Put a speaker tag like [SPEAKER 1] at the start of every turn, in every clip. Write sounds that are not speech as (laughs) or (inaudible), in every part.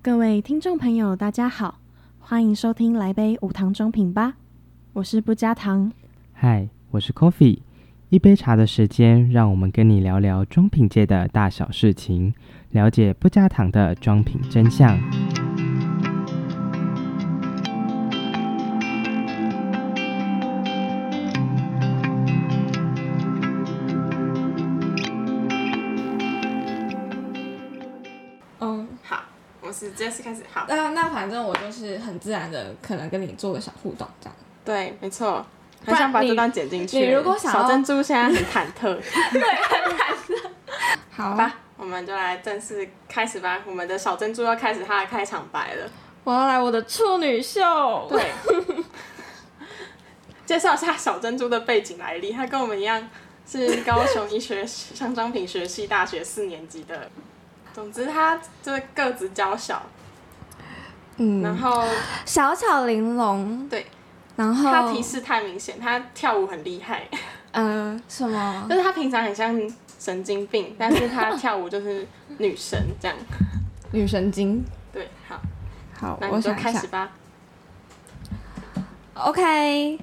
[SPEAKER 1] 各位听众朋友，大家好，欢迎收听《来杯无糖中品》吧，我是不加糖。
[SPEAKER 2] 嗨，我是 Coffee，一杯茶的时间，让我们跟你聊聊装品界的大小事情，了解不加糖的装品真相。
[SPEAKER 3] 嗯，
[SPEAKER 4] 好，我是 Jess 开始。好，
[SPEAKER 3] 那那反正我就是很自然的，可能跟你做个小互动这样。
[SPEAKER 4] 对，没错。
[SPEAKER 3] 不
[SPEAKER 4] 很
[SPEAKER 3] 然
[SPEAKER 4] 想把
[SPEAKER 3] 你
[SPEAKER 4] 这段剪进去。
[SPEAKER 3] 你如果想要
[SPEAKER 4] 小珍珠现在很忐忑，
[SPEAKER 3] 好
[SPEAKER 4] 好啊吧， (laughs) 我们就来正式开始吧。我们的小珍珠要开始她的开场白了。
[SPEAKER 3] 我要来我的处女秀。
[SPEAKER 4] 对， (laughs) 介绍一下小珍珠的背景来历。她跟我们一样是高雄医学商商品学系大学四年级的。总之，她这个子娇小，然
[SPEAKER 3] 嗯，
[SPEAKER 4] 后
[SPEAKER 3] 小巧玲珑。
[SPEAKER 4] 对，
[SPEAKER 3] 然后
[SPEAKER 4] 她提示太明显，她跳舞很厉害。
[SPEAKER 3] 呃什么
[SPEAKER 4] 就？是她平常很像神经病，但是她跳舞就是女神这样。
[SPEAKER 3] 女神经。
[SPEAKER 4] 对，好，
[SPEAKER 3] 好
[SPEAKER 4] 那，
[SPEAKER 3] 我
[SPEAKER 4] 你就
[SPEAKER 3] 想一
[SPEAKER 4] 开
[SPEAKER 3] 下
[SPEAKER 4] 始。吧。
[SPEAKER 3] OK，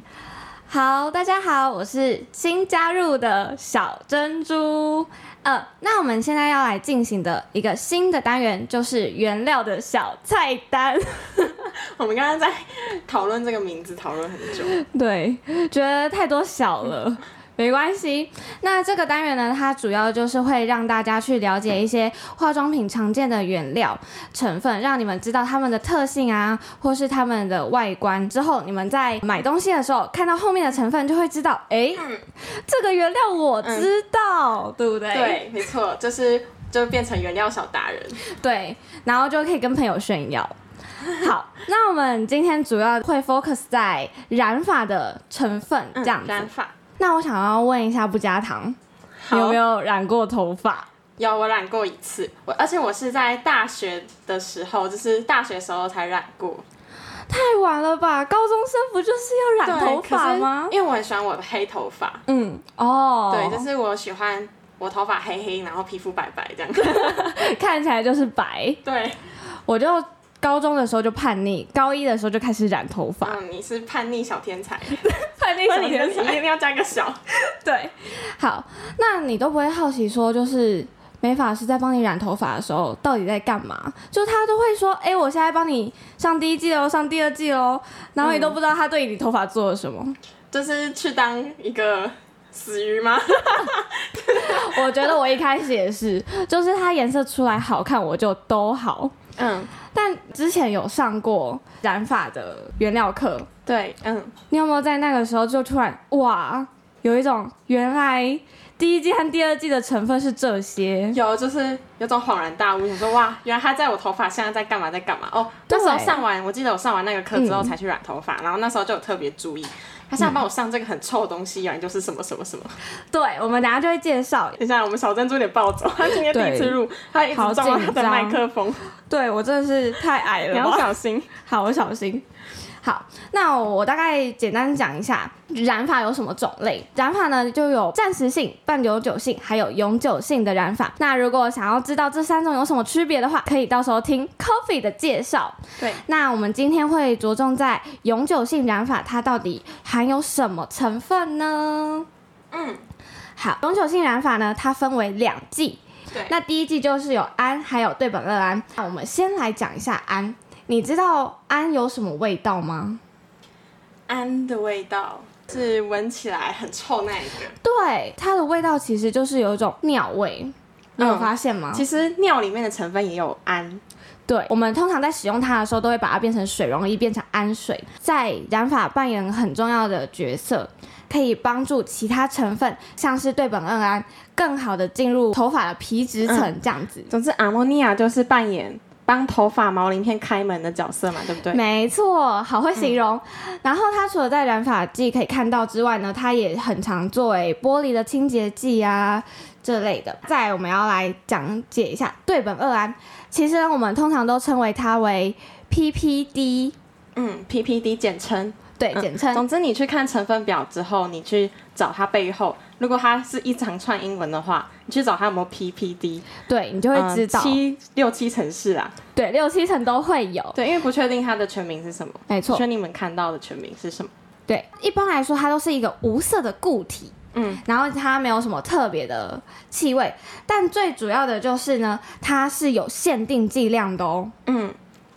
[SPEAKER 3] 好，大家好，我是新加入的小珍珠。呃，那我们现在要来进行的一个新的单元就是原料的小菜单。
[SPEAKER 4] 我们刚刚在 (laughs) 讨论这个名字，讨论很久。
[SPEAKER 3] 对，觉得太多小
[SPEAKER 4] (laughs)
[SPEAKER 3] 了。没关系，那这个单元呢，它主要就是会让大家去了解一些化妆品常见的原料成分，让你们知道它们的特性啊，或是它们的外观。之后你们在买东西的时候，看到后面的成分，就会知道，哎、
[SPEAKER 4] 嗯
[SPEAKER 3] 这个原料我知道，对不对？
[SPEAKER 4] 对，没错，就是就变成原料小达人。
[SPEAKER 3] 对，然后就可以跟朋友炫
[SPEAKER 4] (laughs)
[SPEAKER 3] 耀。好，那我们今天主要会 focus 在染发的成分这样
[SPEAKER 4] 嗯
[SPEAKER 3] 子。
[SPEAKER 4] 染发，
[SPEAKER 3] 那我想要问一下不加糖，你
[SPEAKER 4] 好
[SPEAKER 3] 有没有染过头发？
[SPEAKER 4] 有我染过一次，我而且我是在大学的时候，就是大学时候才染过。
[SPEAKER 3] 太晚了吧，高中生不就是要染
[SPEAKER 4] 对
[SPEAKER 3] 头
[SPEAKER 4] 可
[SPEAKER 3] 发
[SPEAKER 4] 是
[SPEAKER 3] 吗？
[SPEAKER 4] 因为我很喜欢我的黑头发，
[SPEAKER 3] 嗯，哦，
[SPEAKER 4] 对，就是我喜欢我头发黑黑，然后皮肤白白这样。 (laughs)
[SPEAKER 3] 看起来就是白。
[SPEAKER 4] 对，
[SPEAKER 3] 我就高中的时候就叛逆，高一的时候就开始染头发，
[SPEAKER 4] 嗯，你是叛逆小天才，
[SPEAKER 3] (laughs) 叛逆
[SPEAKER 4] 那
[SPEAKER 3] 小
[SPEAKER 4] 你
[SPEAKER 3] 天
[SPEAKER 4] 你一
[SPEAKER 3] (laughs) 才。
[SPEAKER 4] 定要加个小。
[SPEAKER 3] 对，好，那你都不会好奇说，就是美发师在帮你染头发的时候，到底在干嘛？就他都会说，哎、我现在帮你上第一季喽，上第二季喽，然后你都不知道他对你头发做了什么。
[SPEAKER 4] 就是去当一个死鱼吗？
[SPEAKER 3] (laughs) 我觉得我一开始也是，就是它颜色出来好看，我就都好。
[SPEAKER 4] (laughs) 嗯，
[SPEAKER 3] 但之前有上过染发的原料课，
[SPEAKER 4] 对，嗯，
[SPEAKER 3] 你有没有在那个时候就突然哇，有一种原来第一季和第二季的成分是这些？
[SPEAKER 4] 有就是有种恍然大悟，想说哇，原来他在我头发现在在干嘛在干嘛哦。
[SPEAKER 3] 对
[SPEAKER 4] 那时候上完，我记得我上完那个课之后才去染头发，然后那时候就有特别注意，他现在帮我上这个很臭的东西，原来就是什么什么什么。
[SPEAKER 3] 对，我们等一下就会介绍。
[SPEAKER 4] 等一下，我们小珍珠也暴走，他今天第一次录，他一直
[SPEAKER 3] 好
[SPEAKER 4] 撞到他
[SPEAKER 3] 紧
[SPEAKER 4] 的
[SPEAKER 3] 张
[SPEAKER 4] 麦克风，
[SPEAKER 3] 对我真的是太矮
[SPEAKER 4] 你
[SPEAKER 3] 了
[SPEAKER 4] 要
[SPEAKER 3] 吧，
[SPEAKER 4] 小心。
[SPEAKER 3] 好，我小心。好，那我大概简单讲一下染发有什么种类。染发呢，就有暂时性、半永久性，还有永久性的染发。那如果想要知道这三种有什么区别的话，可以到时候听 Coffee 的介绍。
[SPEAKER 4] 对，
[SPEAKER 3] 那我们今天会着重在永久性染发，它到底含有什么成分呢？
[SPEAKER 4] 嗯，
[SPEAKER 3] 好，永久性染发呢，它分为两季。
[SPEAKER 4] 对
[SPEAKER 3] 那第一季就是有氨，还有对苯二胺。那我们先来讲一下氨，你知道氨有什么味道吗？
[SPEAKER 4] 氨的味道是闻起来很臭那一个。
[SPEAKER 3] 对，它的味道其实就是有一种尿味，你有
[SPEAKER 4] 嗯
[SPEAKER 3] 发现吗？
[SPEAKER 4] 其实尿里面的成分也有氨，
[SPEAKER 3] 对，我们通常在使用它的时候，都会把它变成水溶液，变成氨水，在染发扮演很重要的角色，可以帮助其他成分，像是对苯二胺，更好的进入头发的皮质层，这样子。
[SPEAKER 4] 总之，阿莫尼亚就是扮演帮头发毛鳞片开门的角色嘛，对不对？
[SPEAKER 3] 没错，好会形容。然后它除了在染发剂可以看到之外呢，它也很常作为玻璃的清洁剂啊这类的。再来我们要来讲解一下对苯二胺，其实呢我们通常都称为它为 PPD，
[SPEAKER 4] 嗯，PPD 简称。
[SPEAKER 3] 对，
[SPEAKER 4] 嗯
[SPEAKER 3] 简称。
[SPEAKER 4] 总之，你去看成分表之后，你去找它背后，如果它是一长串英文的话，你去找它有没有 PPD，
[SPEAKER 3] 对你就会知道，
[SPEAKER 4] 呃七六七城市啊。
[SPEAKER 3] 对，六七成都会有，
[SPEAKER 4] 对，因为不确定它的全名是什么，
[SPEAKER 3] 没
[SPEAKER 4] 不
[SPEAKER 3] 错
[SPEAKER 4] 确，定你们看到的全名是什么。
[SPEAKER 3] 对，一般来说它都是一个无色的固体，
[SPEAKER 4] 嗯，
[SPEAKER 3] 然后它没有什么特别的气味，但最主要的就是呢，它是有限定剂量的哦，
[SPEAKER 4] 嗯，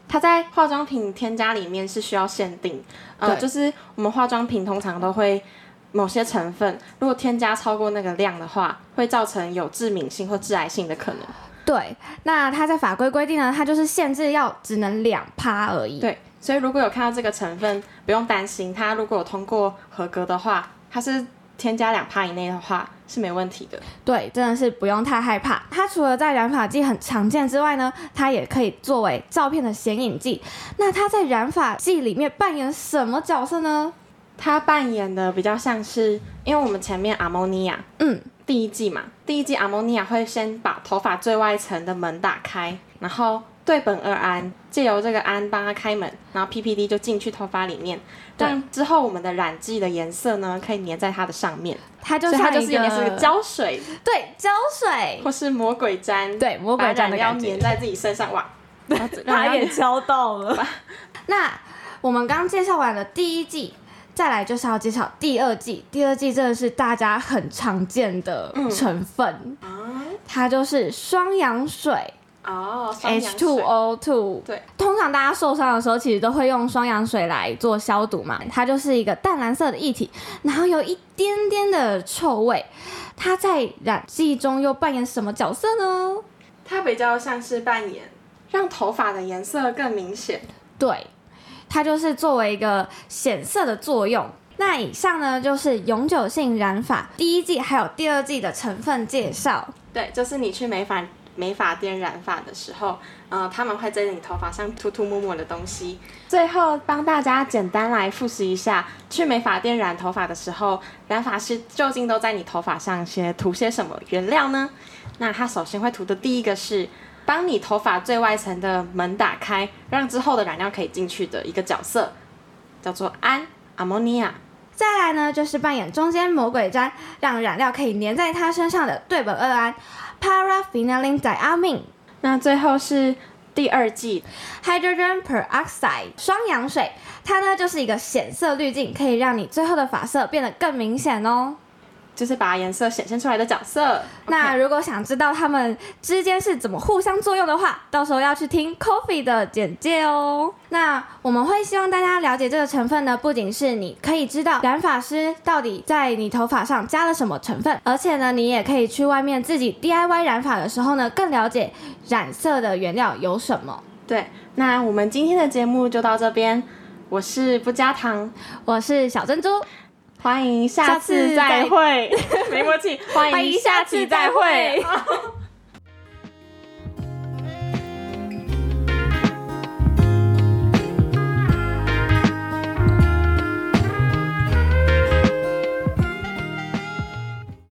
[SPEAKER 4] 它在化妆品添加里面是需要限定，呃，
[SPEAKER 3] 对
[SPEAKER 4] 就是我们化妆品通常都会某些成分，如果添加超过那个量的话，会造成有致敏性或致癌性的可能。
[SPEAKER 3] 对，那它在法规规定呢，它就是限制要只能两趴而已。
[SPEAKER 4] 对，所以如果有看到这个成分，不用担心，它如果有通过合格的话，它是添加两帕以内的话是没问题的。
[SPEAKER 3] 对，真的是不用太害怕。它除了在染发剂很常见之外呢，它也可以作为照片的显影剂。那它在染发剂里面扮演什么角色呢？
[SPEAKER 4] 他扮演的比较像是，因为我们前面阿莫尼亚
[SPEAKER 3] 嗯，
[SPEAKER 4] 第一季嘛，第一季阿莫尼亚会先把头发最外层的门打开，然后对苯二胺借由这个胺帮它开门，然后 PPD 就进去头发里面，
[SPEAKER 3] 对
[SPEAKER 4] 让之后我们的染剂的颜色呢可以粘在它的上面，
[SPEAKER 3] 它就
[SPEAKER 4] 所以它
[SPEAKER 3] 像
[SPEAKER 4] 就是
[SPEAKER 3] 一
[SPEAKER 4] 有
[SPEAKER 3] 个
[SPEAKER 4] 点是个胶水
[SPEAKER 3] 对胶水，
[SPEAKER 4] (laughs) 或是魔鬼粘，
[SPEAKER 3] 对魔鬼
[SPEAKER 4] 把
[SPEAKER 3] 粘
[SPEAKER 4] 染
[SPEAKER 3] 的
[SPEAKER 4] 料
[SPEAKER 3] 感觉
[SPEAKER 4] 粘。在自己身上，哇，
[SPEAKER 3] 他
[SPEAKER 4] (laughs) 染料
[SPEAKER 3] 也敲到
[SPEAKER 4] (laughs)
[SPEAKER 3] 了。那我们刚介绍完了第一季，再来就是要介绍第二季。第二季真的是大家很常见的
[SPEAKER 4] 嗯
[SPEAKER 3] 成分，它就是双氧水
[SPEAKER 4] 哦
[SPEAKER 3] H2O two。
[SPEAKER 4] 对，
[SPEAKER 3] 通常大家受伤的时候，其实都会用双氧水来做消毒嘛。它就是一个淡蓝色的液体，然后有一点点的臭味。它在染剂中又扮演什么角色呢？
[SPEAKER 4] 它比较像是扮演让头发的颜色更明显。
[SPEAKER 3] 对，它就是作为一个显色的作用。那以上呢就是永久性染发第一季还有第二季的成分介绍。
[SPEAKER 4] 对，就是你去美发美发店染发的时候，呃，他们会在你头发上涂涂抹抹的东西。最后帮大家简单来复习一下，去美发店染头发的时候，染发师究竟都在你头发上先涂些什么原料呢？那他首先会涂的第一个是。帮你头发最外层的门打开，让之后的染料可以进去的一个角色，叫做氨 （ammonia）。
[SPEAKER 3] 再来呢就是扮演中间魔鬼粘，让染料可以粘在它身上的对苯二胺 （paraphenylene diamine）、
[SPEAKER 4] 那最后是第二季，
[SPEAKER 3] hydrogen peroxide 双氧水，它呢就是一个显色滤镜，可以让你最后的发色变得更明显哦。
[SPEAKER 4] 就是把颜色显现出来的角色。
[SPEAKER 3] 那
[SPEAKER 4] OK
[SPEAKER 3] 如果想知道它们之间是怎么互相作用的话，到时候要去听 Coffee 的简介哦。那我们会希望大家了解这个成分呢，不仅是你可以知道染发师到底在你头发上加了什么成分，而且呢，你也可以去外面自己 DIY 染发的时候呢，更了解染色的原料有什么。
[SPEAKER 4] 对，那我们今天的节目就到这边，我是不加糖，
[SPEAKER 3] 我是小珍珠，
[SPEAKER 4] 欢迎下
[SPEAKER 3] 下次
[SPEAKER 4] 次再
[SPEAKER 3] 再
[SPEAKER 4] (laughs) 会，没默契，欢
[SPEAKER 3] 欢
[SPEAKER 4] 迎
[SPEAKER 3] 迎
[SPEAKER 4] 下
[SPEAKER 3] 下
[SPEAKER 4] 次
[SPEAKER 3] 次再
[SPEAKER 4] 再 (laughs) 会
[SPEAKER 3] 会。